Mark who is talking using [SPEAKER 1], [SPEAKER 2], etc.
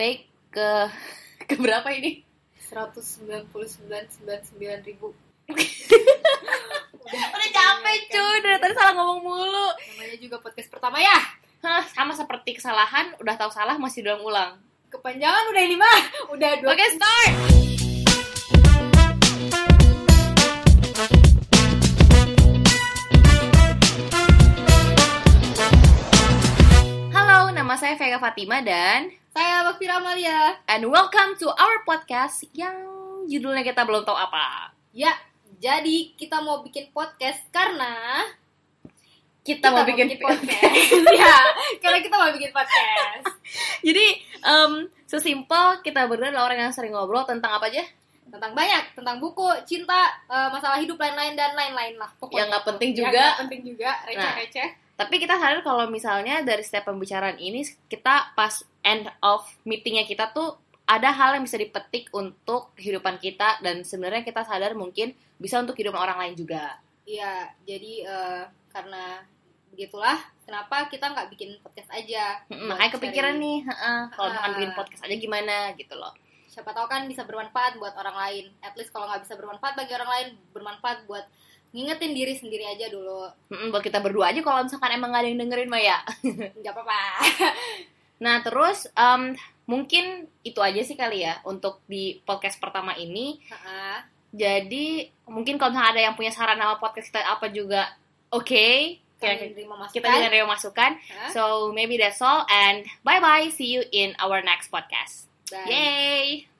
[SPEAKER 1] take ke ke berapa ini?
[SPEAKER 2] 199.99 ribu
[SPEAKER 1] Udah capek cuy, Iya, kan? dari tadi salah ngomong mulu.
[SPEAKER 2] namanya juga podcast pertama ya
[SPEAKER 1] Hah, sama seperti kesalahan, udah tahu salah masih doang ulang.
[SPEAKER 2] kepanjangan udah lima udah dua
[SPEAKER 1] Oke, start. Halo, nama saya Vega Fatima dan
[SPEAKER 2] saya Bakfira Amalia
[SPEAKER 1] and welcome to our podcast yang judulnya kita belum tahu apa.
[SPEAKER 2] ya jadi kita mau bikin podcast karena
[SPEAKER 1] Kita, mau bikin,
[SPEAKER 2] podcast ya karena kita mau bikin podcast
[SPEAKER 1] Jadi em sesimpel kita berdua adalah orang yang sering ngobrol tentang apa aja
[SPEAKER 2] tentang banyak tentang buku cinta eh, masalah hidup lain-lain dan lain-lain lah pokoknya gitu.
[SPEAKER 1] yang nggak penting
[SPEAKER 2] Yang
[SPEAKER 1] juga. Nah.
[SPEAKER 2] nggak penting juga receh-receh
[SPEAKER 1] Tapi kita sadar kalau misalnya dari setiap pembicaraan ini kita pas end of meetingnya kita tuh ada hal yang bisa dipetik untuk kehidupan kita dan sebenarnya kita sadar mungkin bisa untuk kehidupan orang lain juga.
[SPEAKER 2] iya jadi eh, karena begitulah kenapa kita nggak bikin podcast aja
[SPEAKER 1] Mm-mm, Makanya kepikiran
[SPEAKER 2] Sering.
[SPEAKER 1] nih, heeh, kalau misalkan
[SPEAKER 2] Ah.
[SPEAKER 1] bikin podcast aja gimana gitu loh.
[SPEAKER 2] siapa tahu kan bisa bermanfaat buat orang lain at least kalau nggak bisa bermanfaat bagi orang lain bermanfaat buat ngingetin diri sendiri aja dulu
[SPEAKER 1] Mm-mm, buat kita berdua aja kalau misalkan emang gak ada yang dengerin Maya.
[SPEAKER 2] nggak apa-apa
[SPEAKER 1] Nah terus em, mungkin itu aja sih kali ya untuk di podcast pertama ini.
[SPEAKER 2] Ha-ha.
[SPEAKER 1] Jadi mungkin kalau misalnya ada yang punya saran sama podcast kita apa juga oke.
[SPEAKER 2] kami
[SPEAKER 1] Kayak-
[SPEAKER 2] menerima
[SPEAKER 1] Kita
[SPEAKER 2] masukan
[SPEAKER 1] juga nerima masukan.
[SPEAKER 2] Ha?
[SPEAKER 1] So maybe that's all and bye bye. See you in our next podcast.
[SPEAKER 2] Dan-
[SPEAKER 1] Yay!